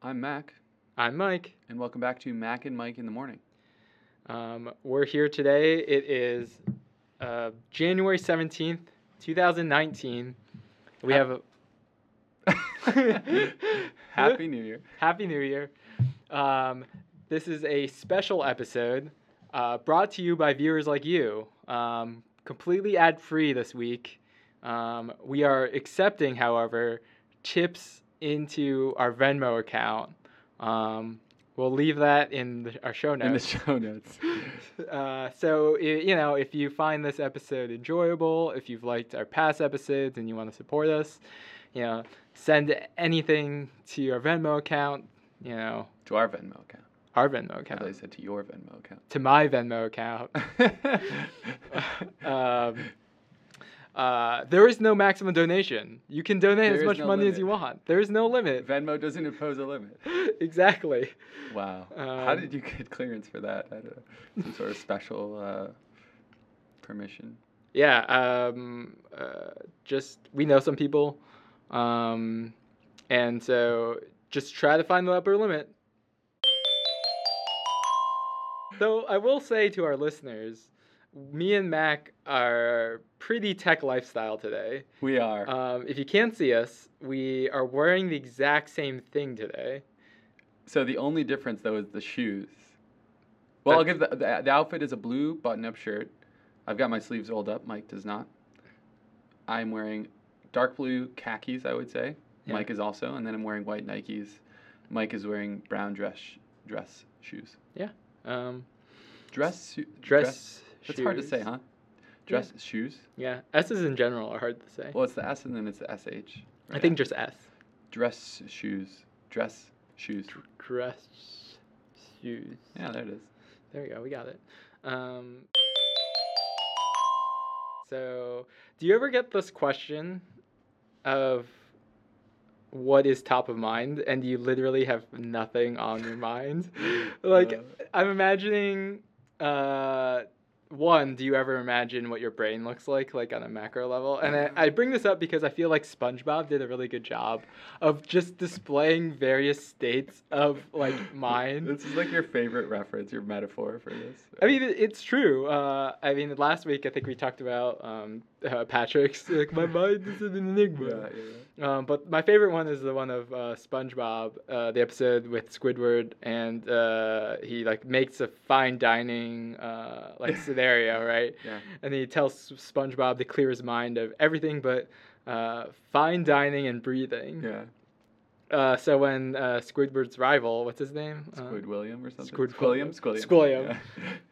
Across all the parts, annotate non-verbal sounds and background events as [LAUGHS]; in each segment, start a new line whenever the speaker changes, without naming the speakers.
I'm Mac,
I'm Mike.
and welcome back to Mac and Mike in the Morning.
Um, we're here today. It is uh, January 17th, 2019. We have a
[LAUGHS] Happy New Year.
Happy New Year. Um, this is a special episode uh, brought to you by viewers like you. Um, completely ad free this week. Um, we are accepting, however, tips into our Venmo account. Um, we'll leave that in the, our show notes.
In the show notes.
Uh, so i- you know if you find this episode enjoyable if you've liked our past episodes and you want to support us you know send anything to your venmo account you know
To our Venmo account.
our venmo
I thought you
account
said to your Venmo account.
to my venmo account [LAUGHS]
[LAUGHS]
um, uh, there is no maximum donation you can donate
There
as
is
much
no
money as
limit.
you want there is no limit [LAUGHS]
Venmo doesn't impose a limit.
exactly
Wow. How
Um,
did you get clearance for that? I don't know. Some sort of special uh, permission?
yeah um uh, just we know some people um and so just try to find the upper limit though i will say to our listeners me and mac are pretty tech lifestyle today
We are.
um, if you can't see us we are wearing the exact same thing today
so the only difference, though, is the shoes. Well, I'll give the, the, the outfit is a blue button up shirt. I've got my sleeves rolled up. Mike does not. I'm wearing dark blue khakis, I would say.
Yeah.
Mike is also. And then I'm wearing white Nikes. Mike is wearing brown dress, dress shoes.
um,
Dress, su-
dress,
That's hard to say,
shoes.
huh? Dress shoes.
yeah s's in general are hard to say
Well, it's the S and then it's the SH.
i think just s
dress shoes. Dress shoes.
dress shoes.
Yeah, there it is.
There we go. We got it. Um, so, do you ever get this question of what is top of mind and you literally have nothing on
[LAUGHS]
your mind? like,
Uh.
I'm imagining. Uh, one, do you ever imagine what your brain looks like, like on a macro level? And
Mm-hmm.
I, I bring this up because I feel like SpongeBob did a really good job of just displaying various states of
[LAUGHS]
like mind.
This is like your favorite reference, your metaphor for this.
I mean, it- it's true. Uh, I mean, last week I think we talked about um, [LAUGHS] uh, Patrick's like my mind is an
yeah,
enigma.
yeah.
Um, but my favorite one is the one of uh, SpongeBob, uh, the episode with Squidward, and uh, he like makes a fine dining uh,
[LAUGHS]
like scenario, right?
Yeah.
And he tells S- SpongeBob to clear his mind of everything but uh, fine dining and breathing.
yeah.
Uh, so when uh, Squidward's rival, what's his name? Uh,
Squid William or something.
Squid
Squilliam.
William.
Squilliam.
Squilliam.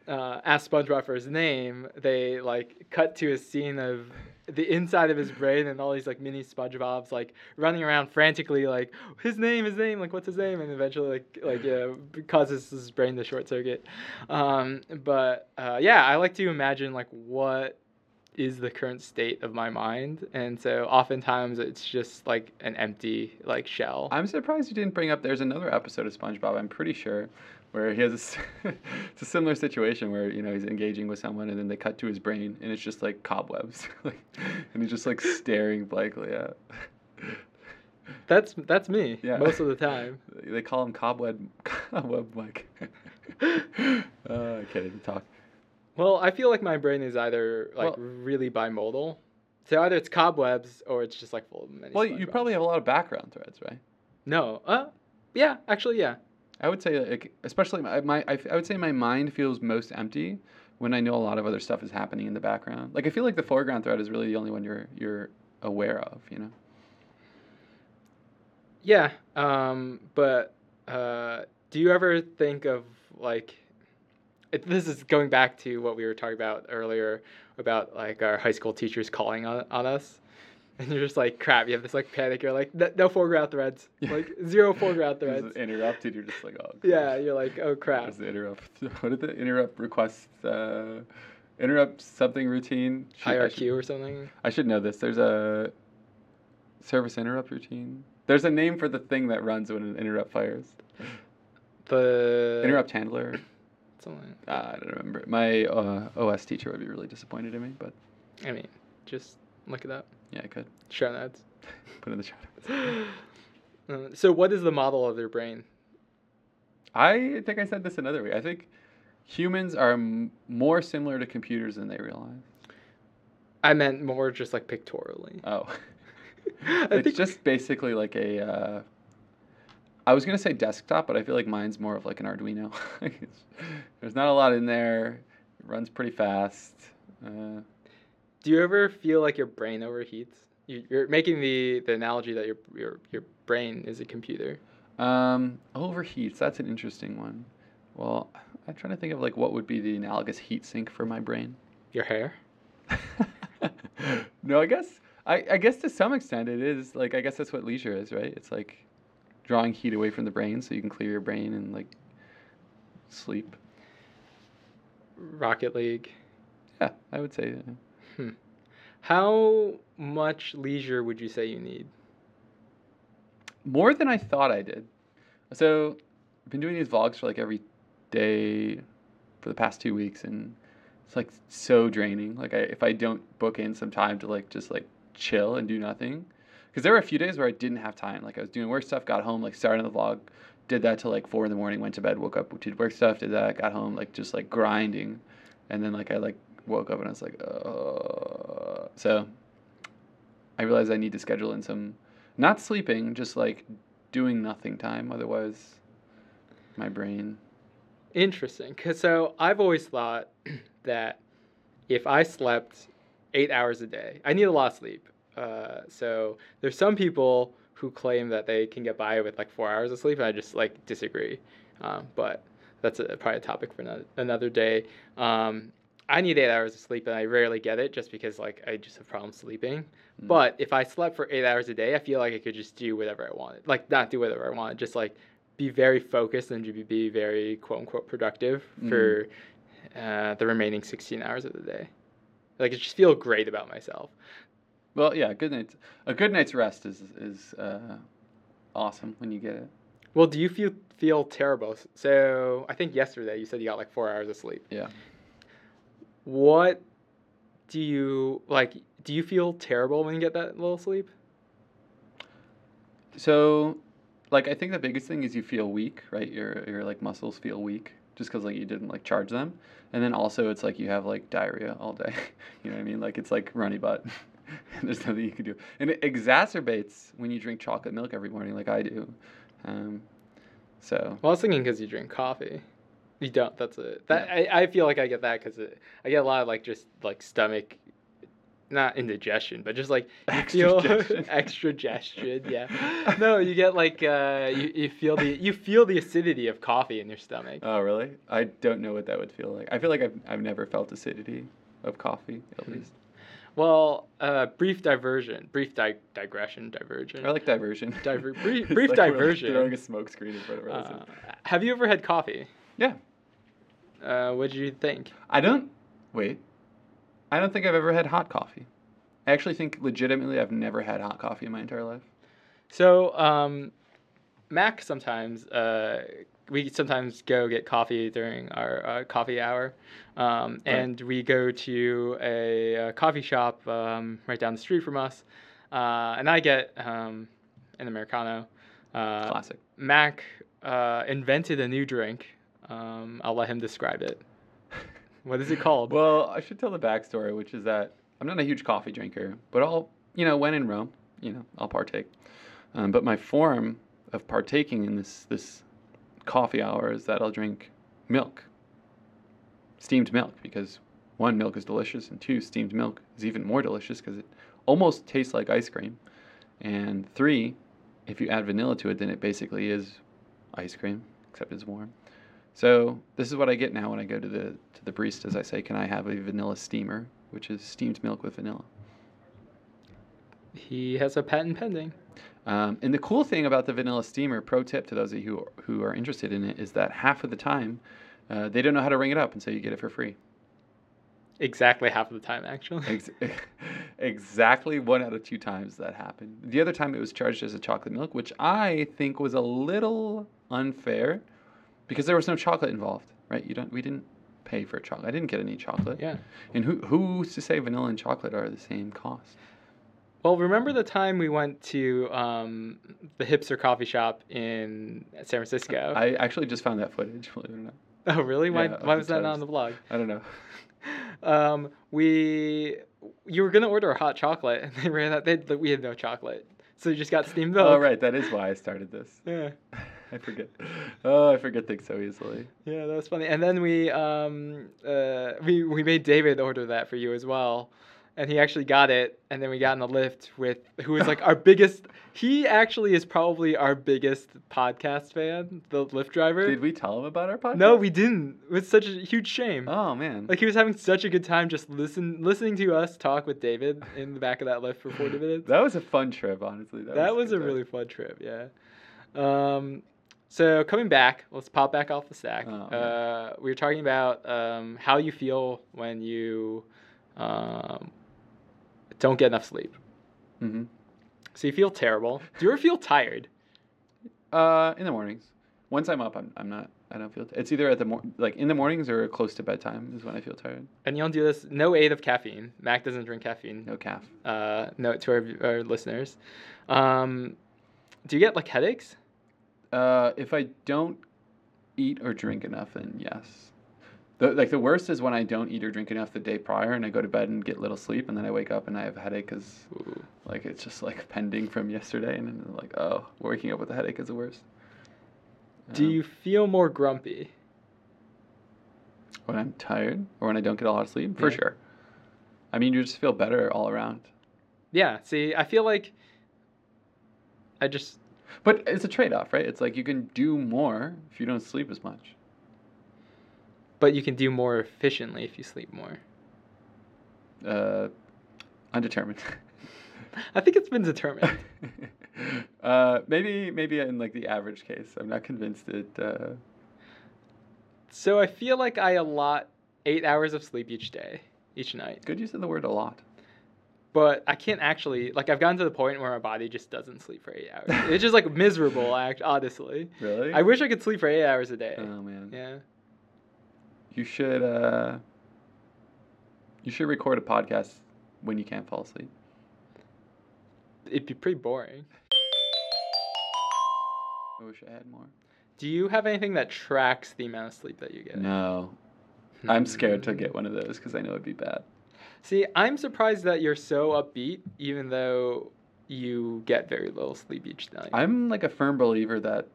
yeah. [LAUGHS]
uh, asked SpongeBob for his name, they like cut to a scene of the inside of his brain and all these like mini SpongeBob's like running around frantically like his name, his name, like what's his name, and eventually like like yeah, causes his brain to short circuit. Um, but uh, yeah, I like to imagine like what is the current state of my mind, and so oftentimes it's just like an empty like shell.
I'm surprised you didn't bring up. There's another episode of SpongeBob. I'm pretty sure, where he has a, s- [LAUGHS] it's a similar situation where you know he's engaging with someone and then they cut to his brain and it's just like cobwebs, [LAUGHS] like, and he's just like staring blankly at. [LAUGHS]
That's that's me
Yeah.
most of the time.
They call him cobweb, [LAUGHS] cobweb Mike. [LAUGHS] uh, kidding. Talk.
Well, I feel like my brain is either like
Well-
really bimodal, so either it's cobwebs or it's just like full of many.
Well, you
SpongeBobs.
probably have a lot of background threads, right?
no. Uh, yeah, actually, yeah.
I would say, like, especially my, my I, f- I would say my mind feels most empty when I know a lot of other stuff is happening in the background. Like, I feel like the foreground thread is really the only one you're you're aware of. You know,
Yeah. Um, but uh, do you ever think of like it, this is going back to what we were talking about earlier about like our high school teachers calling on, on us. And you're just like crap. You have this like panic. You're like no, no foreground threads,
[LAUGHS] Yeah.
like zero foreground
This is
threads.
interrupted. You're just like, oh.
Yeah, you're like oh crap.
Is the interrupt? [LAUGHS] What did the interrupt request? Uh, interrupt something routine. Shoot, I should,
IRQ or something.
I should know this. There's a service interrupt routine. There's a name for the thing that runs when an interrupt fires.
The
Interrupt handler.
Something.
Uh, I don't remember. My uh, OS teacher would be really disappointed in me, but
I mean, just look it up.
yeah, I could
Show notes. [GASPS] Um,
put in the show. notes.
Uh, so, what is the model of their brain?
I think I said this another way. I think humans are m- more similar to computers than they realize.
I meant more just like pictorially.
Oh,
I
[LAUGHS] it's
think-
just basically like a. Uh, I was gonna say desktop, but I feel like mine's more of like an Arduino. [LAUGHS] It's- There's not a lot in there. It runs pretty fast. Uh,
Do you ever feel like your brain overheats? You- You're making the, the analogy that your, your your brain is a computer.
um, overheats. That's an interesting one. Well, I'm trying to think of like what would be the analogous heat sink for my brain.
Your hair.
[LAUGHS] no, I guess I, I guess to some extent it is like I guess that's what leisure is, right? It's like drawing heat away from the brain so you can clear your brain and like sleep.
Rocket League.
Yeah, I would say uh,
How much leisure would you say you need?
more than I thought I did. So I've been doing these vlogs for like every day for the past two weeks, and it's like so draining. Like I, if I don't book in some time to like just like chill and do nothing, because there were a few days where I didn't have time. Like I was doing work stuff, got home, like started the vlog, did that till like four in the morning, went to bed, woke up, did work stuff, did that, got home, like just like grinding, and then like I like woke up and I was like, uh, so I realized I need to schedule in some not sleeping, just like doing nothing time. Otherwise, my brain.
Interesting. 'Cause so I've always thought [CLEARS THROAT] that if I slept eight hours a day, I need a lot of sleep. Uh, so there's some people who claim that they can get by with like four hours of sleep, and I just like disagree. Um, but that's a, probably a topic for another, another day. Um, I need eight hours of sleep, and I rarely get it just because like I just have problems sleeping.
Mm.
But if I slept for eight hours a day, I feel like I could just do whatever I wanted. Like not do whatever I wanted, just like be very focused and you be very quote unquote productive
Mhm.
for uh, the remaining 16 hours of the day. Like I just feel great about myself.
Well, yeah, good night. A good night's rest is is uh, awesome when you get it.
Well, do you feel feel terrible? S- So I think yesterday you said you got like four hours of sleep.
Yeah.
What do you like? Do you feel terrible when you get that little sleep?
So, like, I think the biggest thing is you feel weak, right? Your your like muscles feel weak just because like you didn't like charge them, and then also it's like you have like diarrhea all day. [LAUGHS] you know what I mean? Like it's like runny butt. [LAUGHS] and there's nothing you can do, and it exacerbates when you drink chocolate milk every morning, like I do. Um, so [LAUGHS]
Well, I was thinking because you drink coffee. You don't. That's it. That I, I feel like I get that because I get a lot of like just like stomach, not indigestion, but just like you feel [LAUGHS]
Extragestion.
extra gestion. Yeah. No, you get like uh, you, you feel the you feel the acidity of coffee in your stomach.
Oh, really? I don't know what that would feel like. I feel like I've, I've never felt acidity of coffee, at
Hmm.
least.
Well, uh, brief diversion, brief di- digression, diversion.
I like diversion.
[LAUGHS]
[LAUGHS]
Diver- brief-
It's
brief
like we're, like,
diversion.
throwing a smoke screen in front of us.
Uh, have you ever had coffee?
yeah.
Uh, what did you think?
I don't. Wait. I don't think I've ever had hot coffee. I actually think legitimately I've never had hot coffee in my entire life.
So, um, Mac sometimes uh, we sometimes go get coffee during our uh, coffee hour, um, and we go to a, uh coffee shop um, right down the street from us, uh, and I get um, an americano. Uh,
Classic. [LAUGHS]
Mac uh, invented a new drink. Um, I'll let him describe it. What is it called?
Well, I should tell the backstory, which is that I'm not a huge coffee drinker, but I'll, you know, when in Rome, you know, I'll partake. Um, but my form of partaking in this this coffee hour is that I'll drink milk, steamed milk, because one, milk is delicious, and two, steamed milk is even more delicious because it almost tastes like ice cream, and three, if you add vanilla to it, then it basically is ice cream, except it's warm. So this is what I get now when I go to the to the baristas. I say, "Can I have a vanilla steamer, which is steamed milk with vanilla?"
he has a patent pending.
Um, and the cool thing about the vanilla steamer, pro tip to those of you who who are interested in it, is that half of the time uh, they don't know how to ring it up, and so you get it for free.
Exactly half of the time, actually.
Ex- [LAUGHS] exactly one out of two times that happened. The other time it was charged as a chocolate milk, which I think was a little unfair because there was no chocolate involved, right? You don't. We didn't pay for chocolate. I didn't get any chocolate.
[LAUGHS] Yeah.
And who who's to say vanilla and chocolate are the same cost?
Well, remember the time we went to um, the hipster coffee shop in San Francisco?
I actually just found that footage. [LAUGHS] Believe it or not,
[LAUGHS] oh, really? Why,
Yeah, a
why
few
was that not on
times.
the blog?
I don't know.
Um, we you were gonna order a hot chocolate, [LAUGHS] and they ran out. They that we had no chocolate, so you just got steamed milk.
Oh right, that is why I started this. [LAUGHS]
Yeah,
I forget. Oh, I forget things so easily.
yeah, that was funny. And then we um uh we we made David order that for you as well. And he actually got it, and then we got in the lift with who was like our biggest. He actually is probably our biggest podcast fan, the lift driver.
Did we tell him about our podcast?
No, we didn't. It was such a huge shame.
Oh man.
Like he was having such a good time just listen listening to us talk with David in the back of that lift for 40 minutes.
That was a fun trip, honestly.
That,
was
was, a
good
really fun trip, yeah. Um so coming back, let's pop back off the stack.
Oh, man.
uh, we were talking about um, how you feel when you um, don't get enough sleep.
time. Mhm.
So you feel terrible. Do you ever feel tired?
Uh, in the mornings. Once I'm up, I'm, I'm not. I don't feel. T- it's either at the mor- like in the mornings or close to bedtime is when I feel tired.
And you don't do this. No aid of caffeine. Mac doesn't drink caffeine.
No calf.
uh, note to our, our listeners. Um, do you get like headaches?
Uh, if I don't eat or drink enough, then yes. The, like the worst is when I don't eat or drink enough the day prior, and I go to bed and get little sleep, and then I wake up and I have a headache because like it's just like pending from yesterday, and then like oh, waking up with a headache is the worst.
Do
Um,
you feel more grumpy?
when I'm tired or when I don't get a lot of sleep? For
Yeah.
sure. I mean, you just feel better all around.
Yeah. See, I feel like I just
But it's a trade off, right? It's like you can do more if you don't sleep as much.
but you can do more efficiently if you sleep more.
Uh, undetermined. [LAUGHS]
I think it's been determined.
[LAUGHS] uh, maybe, maybe in like the average case, I'm not convinced it. Uh,
so I feel like I allot eight hours of sleep each day, each night.
good use of the word a lot.
But I can't actually like I've gotten to the point where my body just doesn't sleep for
[LAUGHS]
eight hours. it's just like miserable, act honestly.
Really?
I wish I could sleep for eight hours a day.
oh man,
yeah.
you should. Uh, you should record a podcast when you can't fall asleep.
It'd be pretty boring.
I wish I had more.
Do you have anything that tracks the amount of sleep that you get? Hmm.
No, I'm scared to get one of those because I know it'd be bad.
See, I'm surprised that you're so upbeat, even though you get very little sleep each night.
I'm like a firm believer that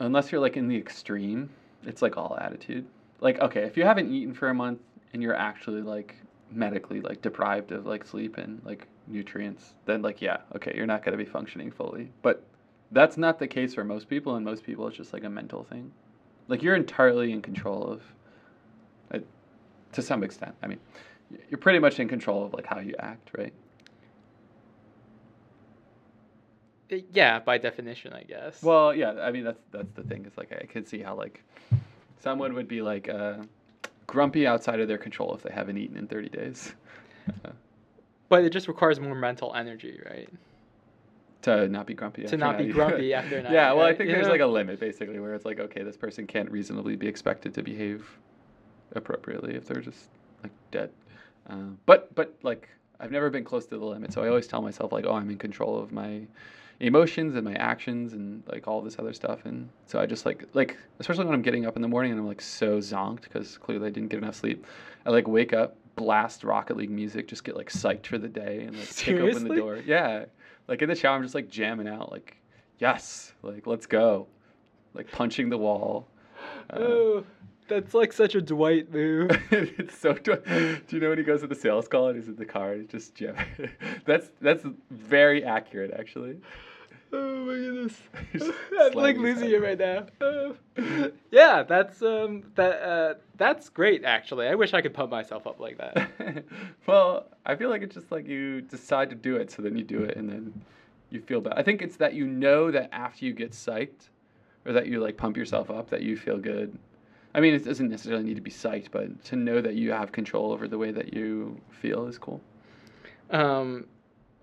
unless you're like in the extreme, it's like all attitude. Like okay, if you haven't eaten for a month and you're actually like medically like deprived of like sleep and like nutrients, then like yeah, okay, you're not going to be functioning fully. But that's not the case for most people and most people it's just like a mental thing. Like you're entirely in control of uh, to some extent. I mean, y- you're pretty much in control of like how you act, right?
Uh, yeah, by definition, I guess.
Well, yeah, I mean that's that's the thing. It's like I could see how like someone would be like uh, grumpy outside of their control if they haven't eaten in 30 days [LAUGHS]
but it just requires more mental energy, right?
to not be grumpy. after
not be
eating. [LAUGHS]
grumpy after not,
yeah, well, I
right?
think
You
there's
know?
like a limit basically where it's like okay, this person can't reasonably be expected to behave appropriately if they're just like dead. Um, but but like I've never been close to the limit, so I always tell myself like oh I'm in control of my emotions and my actions and like all this other stuff and so I just like like especially when I'm getting up in the morning and I'm like so zonked because clearly I didn't get enough sleep. I like wake up, blast Rocket League music, just get like psyched for the day and like kick open the
Seriously?
door. Yeah, like in the shower I'm just like jamming out like yes like let's go, like punching the wall. Uh,
oh, that's like such a Dwight move. [LAUGHS]
it's [LAUGHS] so. Do, do you know when he goes to the sales call and he's in the car and he's just jamming? [LAUGHS] that's that's very accurate actually. [LAUGHS]
oh my goodness. [LAUGHS]
He's just
I'm like
slamming his
losing
head.
it right now. Oh. yeah, that's um that uh that's great actually. I wish I could pump myself up like that.
well, I feel like it's just like you decide to do it, so then you do it, and then you feel bad. I think it's that you know that after you get psyched, or that you like pump yourself up, that you feel good. I mean, it doesn't necessarily need to be psyched, but to know that you have control over the way that you feel is cool.
[LAUGHS] Um,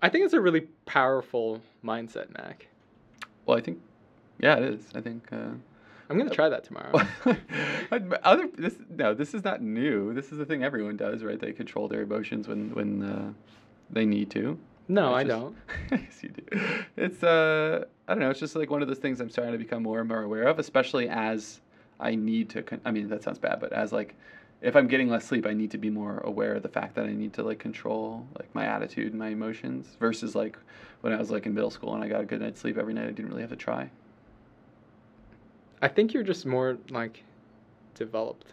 I think it's a really powerful mindset, Mac.
Well, I think, yeah, it is. I think. Uh,
I'm gonna try that
[LAUGHS]
tomorrow.
other this no this is not new this is the thing everyone does right they control their emotions when when uh, they need to [LAUGHS]
No, I
It's just-
don't.
yes, you do. It's uh, I don't know. It's just like one of those things I'm starting to become more and more aware of, especially as I need to. Con- I mean, that sounds bad, but as like, if I'm getting less sleep, I need to be more aware of the fact that I need to like control like my attitude and my emotions versus like when I was like in middle school and I got a good night's sleep every night. I didn't really have to try.
I think you're just more like developed.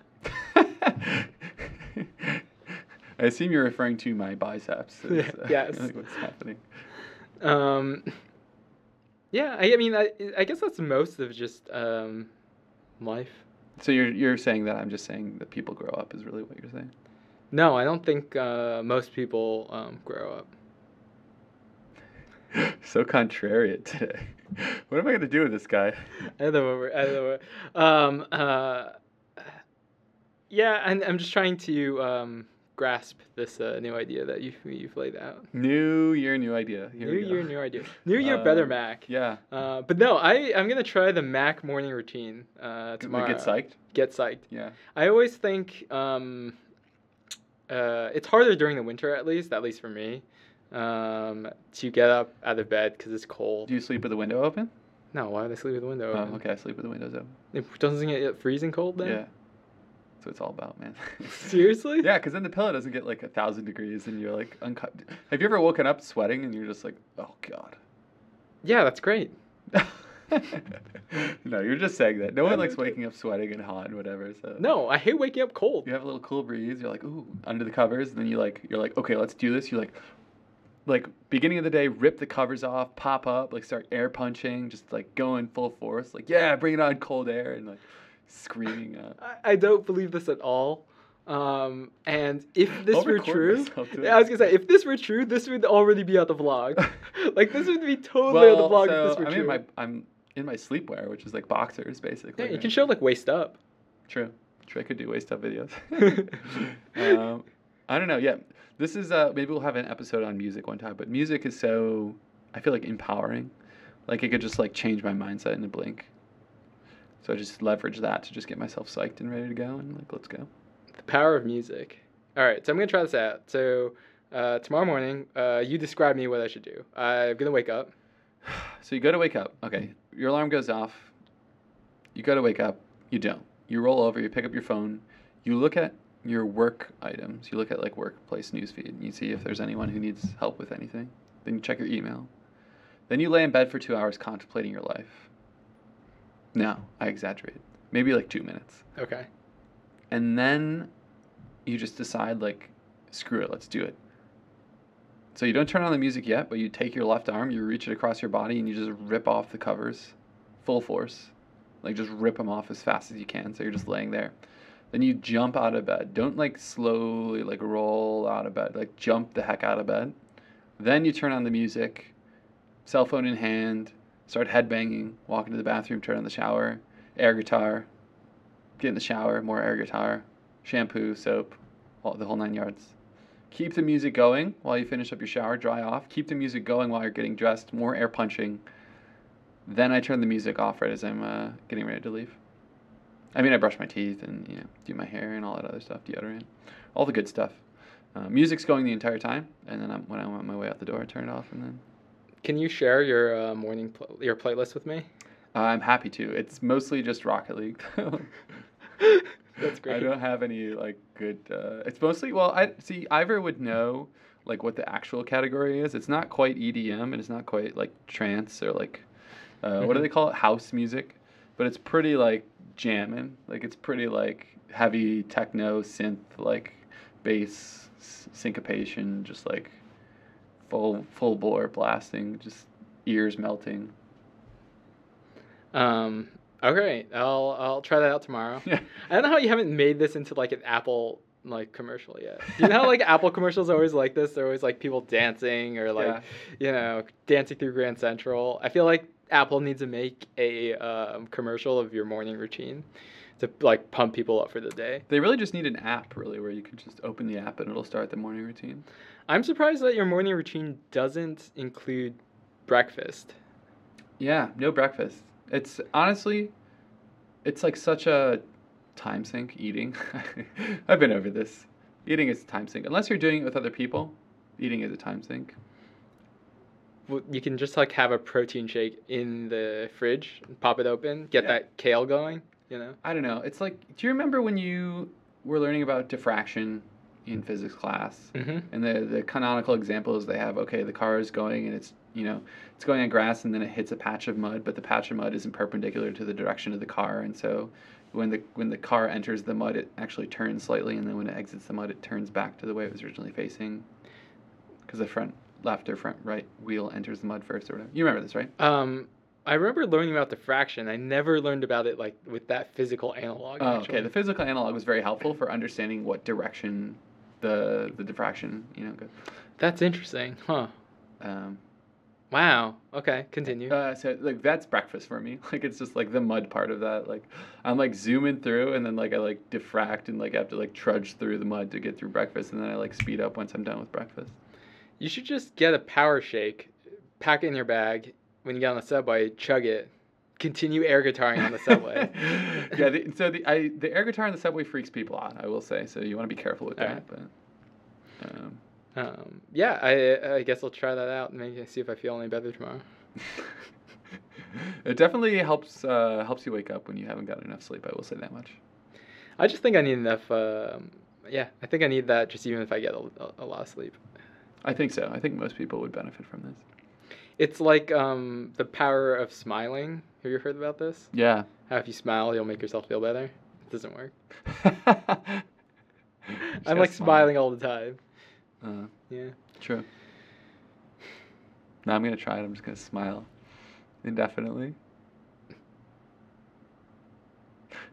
I assume you're referring to my
[LAUGHS]
biceps.
Yeah,
is, uh,
yes.
like, what's happening?
Um, yeah, I, I mean, I, I guess that's most of just um, life.
So you're you're saying that I'm just saying that people grow up is really what you're saying.
No, I don't think uh, most people um, grow up. [LAUGHS]
so contrarian today. What am I gonna do with this guy?
I don't know what we're- I don't know what- Um, uh, yeah, and I'm just trying to um, grasp this uh, new idea that you've, you've laid out.
New year, new idea. Here
new
we go.
year,
[LAUGHS]
new idea. New year, better
Um,
Mac.
Yeah.
Uh, but no, I, I'm going to try the Mac morning routine uh,
G-
tomorrow.
Get psyched.
Get psyched.
Yeah.
I always think um, uh, it's harder during the winter, at least, at least for me, um, to get up out of bed because it's cold.
Do you sleep with the window open?
No, why would I sleep with the window open?
Oh, okay. I sleep with the windows open.
It doesn't it get freezing cold then?
Yeah. That's what it's all about, man.
[LAUGHS] Seriously?
[LAUGHS] Yeah, because then the pillow doesn't get like a thousand degrees, and you're like uncut. Have you ever woken up sweating and you're just like, oh god.
Yeah, that's great.
[LAUGHS] no, you're just saying that. No
I
one likes
do.
waking up sweating and hot and whatever. So
No, I hate waking up cold.
you have a little cool breeze you're like ooh under the covers and then you like you're like okay let's do this you're like like beginning of the day rip the covers off pop up like start air punching just like going full force like yeah bring it on cold air and like screaming
[LAUGHS]
up
I, I don't believe this at all. Um, and if this
I'll
were
record
true,
myself doing
yeah, I was
this.
gonna say if this were true, this would already be on
[LAUGHS]
the vlog. like this would be totally on the vlog if this
so
were
I'm
true.
in my I'm in my sleepwear which is like boxers basically
yeah, you
right?
can show like waist
[LAUGHS]
up.
true true I could do waste up videos
[LAUGHS]
[LAUGHS] um, I don't know yeah this is uh maybe we'll have an episode on music one time but music is so I feel like empowering like it could just like change my mindset in a blink so I just leverage that to just get myself psyched and ready to go and like let's go
The power of music. All right, so I'm gonna try this out. So uh, tomorrow morning, uh, you describe me what I should do. I'm gonna wake up.
so you go to wake up okay your alarm goes off you go to wake up you don't you roll over you pick up your phone you look at your work items you look at like workplace newsfeed and you see if there's anyone who needs help with anything then you check your email then you lay in bed for two hours contemplating your life no i exaggerate maybe like two minutes
Okay.
and then you just decide like screw it let's do it so you don't turn on the music yet but you take your left arm you reach it across your body and you just rip off the covers full force like just rip them off as fast as you can so you're just laying there then you jump out of bed don't like slowly like roll out of bed like jump the heck out of bed then you turn on the music cell phone in hand start headbanging walk into the bathroom turn on the shower air guitar get in the shower, more air guitar, shampoo, soap, all, the whole nine yards. Keep the music going while you finish up your shower, dry off. Keep the music going while you're getting dressed, more air punching. Then I turn the music off right as I'm uh, getting ready to leave. I mean, I brush my teeth and you know do my hair and all that other stuff, deodorant, all the good stuff. Uh, music's going the entire time, and then I'm, when I'm on my way out the door, I turn it off, and then
Can you share your uh, morning pl- your playlist with me?
uh, I'm happy to. It's mostly just Rocket League. [LAUGHS]
[LAUGHS] That's
I
great.
don't have any like good. Uh, it's mostly well. I see. Ivor would know like what the actual category is. It's not quite EDM, and it's not quite like trance or like uh, what do
Mhm.
they call it? House music, but it's pretty like jamming. Like it's pretty like heavy techno synth like bass s- syncopation, just like full full bore blasting, just ears melting.
Um, okay, I'll I'll try that out tomorrow.
Yeah.
I don't know how you haven't made this into like an Apple like commercial yet. You know
[LAUGHS]
how like Apple commercials are always like this? They're always like people dancing or like you know dancing through Grand Central. I feel like Apple needs to make a um, commercial of your morning routine to like pump people up for the day.
They really just need an app, really, where you could just open the app and it'll start the morning routine.
I'm surprised that your morning routine doesn't include breakfast.
Yeah, no breakfast. It's honestly, it's like such a time sink eating. [LAUGHS] I've been over this. Eating is a time sink. Unless you're doing it with other people, eating is a time sink.
w- you can just like have a protein shake in the fridge, pop it open, get
Yeah.
that kale going. You know,
I don't know. It's like, do you remember when you were learning about diffraction in physics class?
mm-hmm.
And the, the canonical example is they have okay, the car is going and it's you know it's going on grass and then it hits a patch of mud, but the patch of mud isn't perpendicular to the direction of the car, and so when the when the car enters the mud, it actually turns slightly, and then when it exits the mud, it turns back to the way it was originally facing, because the front left or front right wheel enters the mud first or whatever. You remember this, right?
um, I remember learning about the fraction. I never learned about it like with that physical analog.
Oh,
actually.
okay. The physical analog was very helpful for understanding what direction the the diffraction you know goes.
That's interesting, huh?
Um,
Wow. Okay, continue.
Uh, so like that's breakfast for me. [LAUGHS] Like it's just like the mud part of that. Like I'm like zooming through and then like I like diffract and like I have to like trudge through the mud to get through breakfast and then I like speed up once I'm done with breakfast.
You should just get a power shake, pack it in your bag when you get on the subway, chug it, continue air guitaring on the subway.
[LAUGHS] yeah. The, so the I the air guitar on the subway freaks people out. I will say. So you want to be careful with that.
Alright.
But um, [LAUGHS]
Um, yeah, I I guess I'll try that out and maybe see if I feel any better tomorrow.
it definitely helps uh, helps you wake up when you haven't got enough sleep. I will say that much.
I just think I need enough. Um, yeah, I think I need that just even if I get a, a, a lot of sleep.
I think so. I think most people would benefit from this.
It's like um, the power of smiling. Have you heard about this?
Yeah. [LAUGHS]
How if you smile, you'll make yourself feel better. It doesn't work.
Just
I'm
gotta
like
smile.
smiling all the time.
Uh,
Yeah.
True. Now I'm gonna try it. I'm just gonna smile indefinitely.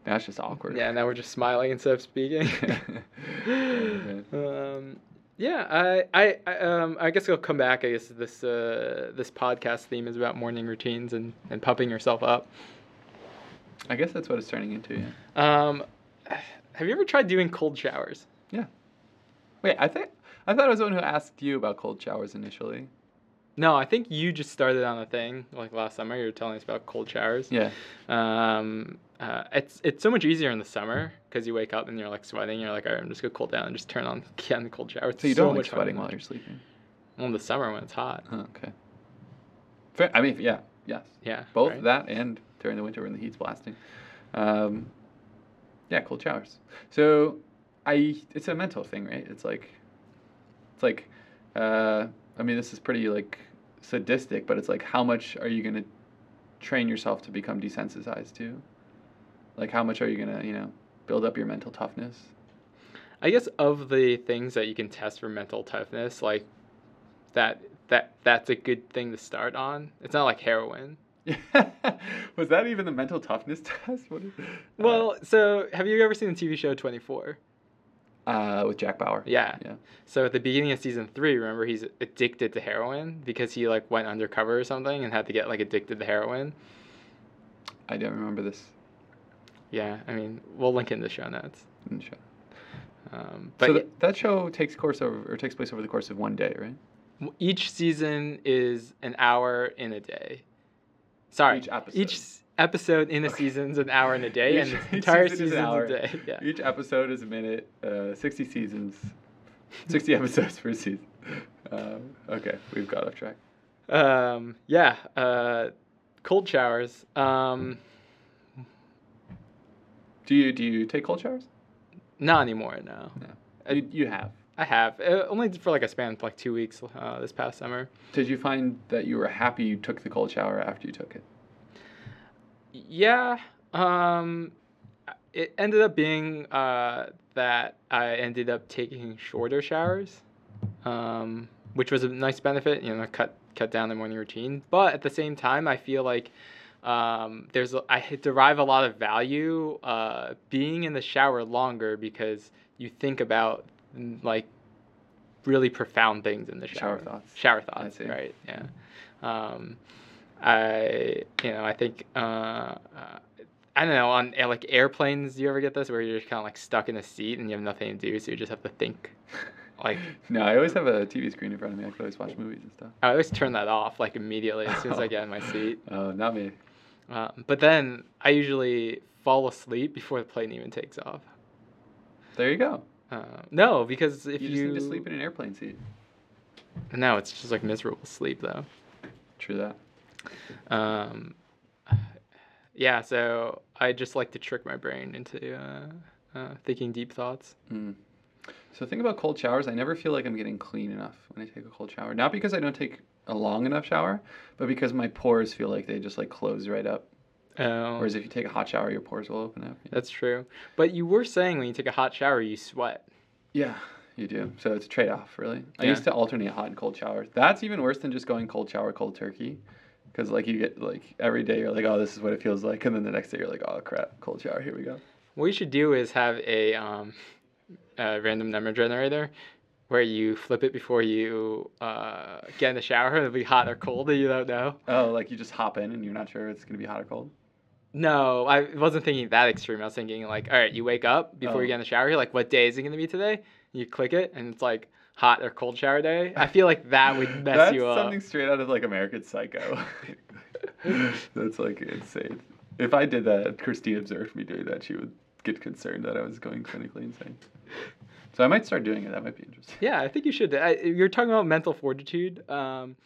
Now it's just awkward.
Yeah. Now we're just smiling instead of speaking.
[LAUGHS] Okay.
um, yeah, I, I, I, um, I guess I'll come back. I guess this, uh, this podcast theme is about morning routines and, and pumping yourself up.
[LAUGHS] I guess that's what it's turning into. Yeah.
Um, [SIGHS] have you ever tried doing cold showers?
Yeah. Wait, I think I thought I was the one who asked you about cold showers initially.
No, I think you just started on a thing like last summer. You were telling us about cold showers.
Yeah.
Um, uh, it's it's so much easier in the summer because you wake up and you're like sweating. You're like, all right, I'm just gonna cool down and just turn on [LAUGHS] on the cold shower. It's
So you don't like
much fun
sweating
than
while
that.
you're sleeping.
Well, in the summer when it's hot.
Oh, okay. Fair. I mean, yeah, yes.
Yeah.
Both
right?
that and during the winter when the heat's blasting. Um, yeah, cold showers. So I it's a mental thing, right? It's like it's like uh, I mean this is pretty like sadistic, but it's like how much are you gonna train yourself to become desensitized to? Like how much are you gonna, you know, build up your mental toughness? [LAUGHS]
I guess of the things that you can test for mental toughness, like that that that's a good thing to start on. It's not like heroin.
Was that even the mental toughness [LAUGHS] test? What is,
Well, so have you ever seen the TV show 24?
uh, uh, with Jack Bauer.
Yeah.
Yeah.
So at the beginning of season 3, remember he's addicted to heroin because he like went undercover or something and had to get like addicted to heroin.
I don't remember this.
Yeah, I mean, we'll link in the show notes.
in the show.
Um, but
so th- that show takes course over or takes place over the course of one day, right?
w- each season is an hour in a day. Sorry.
Each episode.
Each s- episode in a
Okay.
season's an hour in a day,
[LAUGHS]
and
Each-
the
each
entire
season is
season's
an
a
hour.
day. [LAUGHS] Yeah.
Each episode is a minute. Uh, Sixty seasons, sixty [LAUGHS] episodes per season. Um, okay, we've got off track.
Um, yeah, uh, cold showers. Um,
Do you do you take cold showers?
not anymore, no.
No. You, you have.
I have. Uh, only for like a span of like two weeks uh, this past summer.
Did you find that you were happy you took the cold shower after you took it?
Yeah, um, it ended up being uh, that I ended up taking shorter showers, um, which was a nice benefit. You know, cut cut down the morning routine. But at the same time, I feel like um, there's a- I h- derive a lot of value uh, being in the shower longer because you think about mm, like really profound things in the
Shower
shower.
thoughts.
Shower thoughts.
see.
Right. Yeah. Um, I you know I think uh, uh, I don't know on uh, like airplanes. Do you ever get this where you're just kind of like stuck in a seat and you have nothing to do, so you just have to think.
[LAUGHS]
Like
No, I always have a TV screen in front of me. I could always watch movies and stuff.
I always turn that off like immediately as soon as I
[LAUGHS]
get in my seat.
Oh, not me.
Um, but then I usually fall asleep before the plane even takes off.
There you go.
Um, no, because if
you
you,
just need to sleep in an airplane seat.
no, it's just like miserable sleep though.
True that.
Um, yeah, so I just like to trick my brain into uh, uh, thinking deep thoughts.
Mm. So the thing about cold showers, I never feel like I'm getting clean enough when I take a cold shower. Not because I don't take a long enough shower, but because my pores feel like they just like close right up.
Um,
Whereas if you take a hot shower, your pores will open up.
that's true. But you were saying when you take a hot shower, you sweat.
Yeah, you do. So it's a trade off, really. I
Yeah.
used to alternate hot and cold showers. That's even worse than just going cold shower, cold turkey. Because like you get like every day you're like, oh, this is what it feels like, and then the next day you're like, oh crap, cold shower, here we go.
What you should do is have a, um, a random number generator where you flip it before you uh, get in the shower. [LAUGHS] It'll be hot or cold that you don't know.
Oh, like you just hop in and you're not sure it's gonna be hot or cold.
No, I wasn't thinking that extreme. I was thinking like, all right, you wake up before
Oh.
you get in the shower. You're like, what day is it going to be today? You click it, and it's like hot or cold shower day. I feel like that would mess
That's
you up.
something straight out of like American Psycho. [LAUGHS] That's like insane. If I did that, if Christine observed me doing that, she would get concerned that I was going clinically insane. So I might start doing it. That might be
[LAUGHS]
interesting.
Yeah, I think you should. I, you're talking about mental fortitude. Um,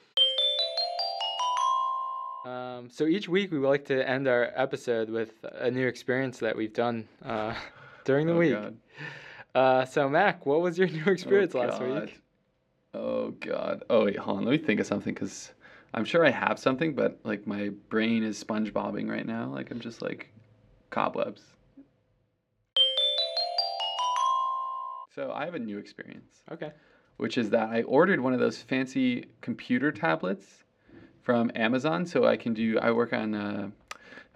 um, so each week we like to end our episode with a new experience that we've done uh, during the
Oh,
week.
God.
Uh, so Mac, what was your [LAUGHS] new experience
Oh,
last
God.
week?
Oh god. Oh wait, hold on. Let me think of something because I'm sure I have something, but like my brain is SpongeBobbing right now. Like I'm just like cobwebs. So I have a new experience.
Okay.
which is that I ordered one of those fancy computer tablets from Amazon so I can do I work on uh,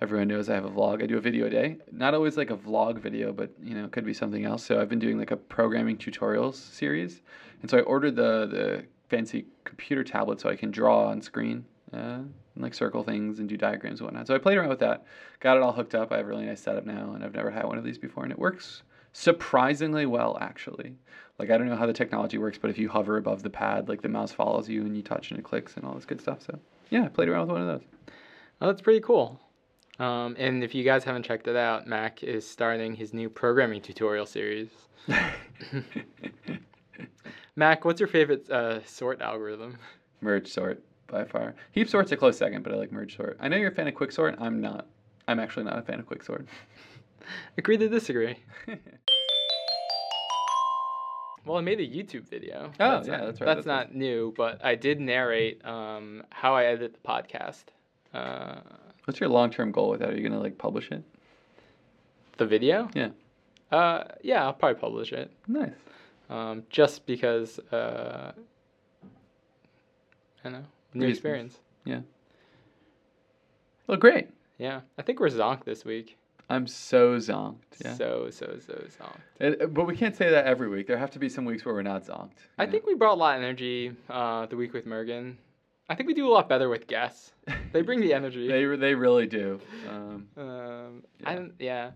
everyone knows I have a vlog. I do a video a day. Not always like a vlog video, but you know, it could be something else. So I've been doing like a programming tutorials series. And so I ordered the the fancy computer tablet so I can draw on screen. Uh, and like circle things and do diagrams and whatnot. So I played around with that, got it all hooked up. I have a really nice setup now, and I've never had one of these before, and it works surprisingly well, actually. Like I don't know how the technology works, but if you hover above the pad, like the mouse follows you and you touch and it clicks and all this good stuff. So yeah, I played around with one of those.
Oh, that's pretty cool. Um, and if you guys haven't checked it out, Mac is starting his new programming tutorial series. [LAUGHS] Mac, what's your favorite uh, sort algorithm?
merge sort by far. Heap sort's a close second, but I like merge sort. I know you're a fan of quick sort. I'm not. I'm actually not a fan of quick sort. [LAUGHS]
Agree to disagree. Well, I made a YouTube video.
Oh, yeah, that's right,
That's,
that's
not new, but I did narrate um, how I edit the podcast, uh,
What's your long term goal with that? Are you gonna like publish it?
the video.
Yeah.
Uh, yeah, I'll probably publish it,
Nice.
um, just because. Uh, I don't know new
Reasons.
experience.
Well, great.
Yeah, I think we're zonked this week.
I'm so zonked. Yeah.
So so so zonked.
And- uh, but we can't say that every week. There have to be some weeks where we're not zonked. you
I
know?
think we brought a lot of energy uh, the week with Mergen. I think we do a lot
[LAUGHS]
better with guests. They bring the energy.
they re- they really do. Um,
Um,
Yeah.
I don't. Yeah.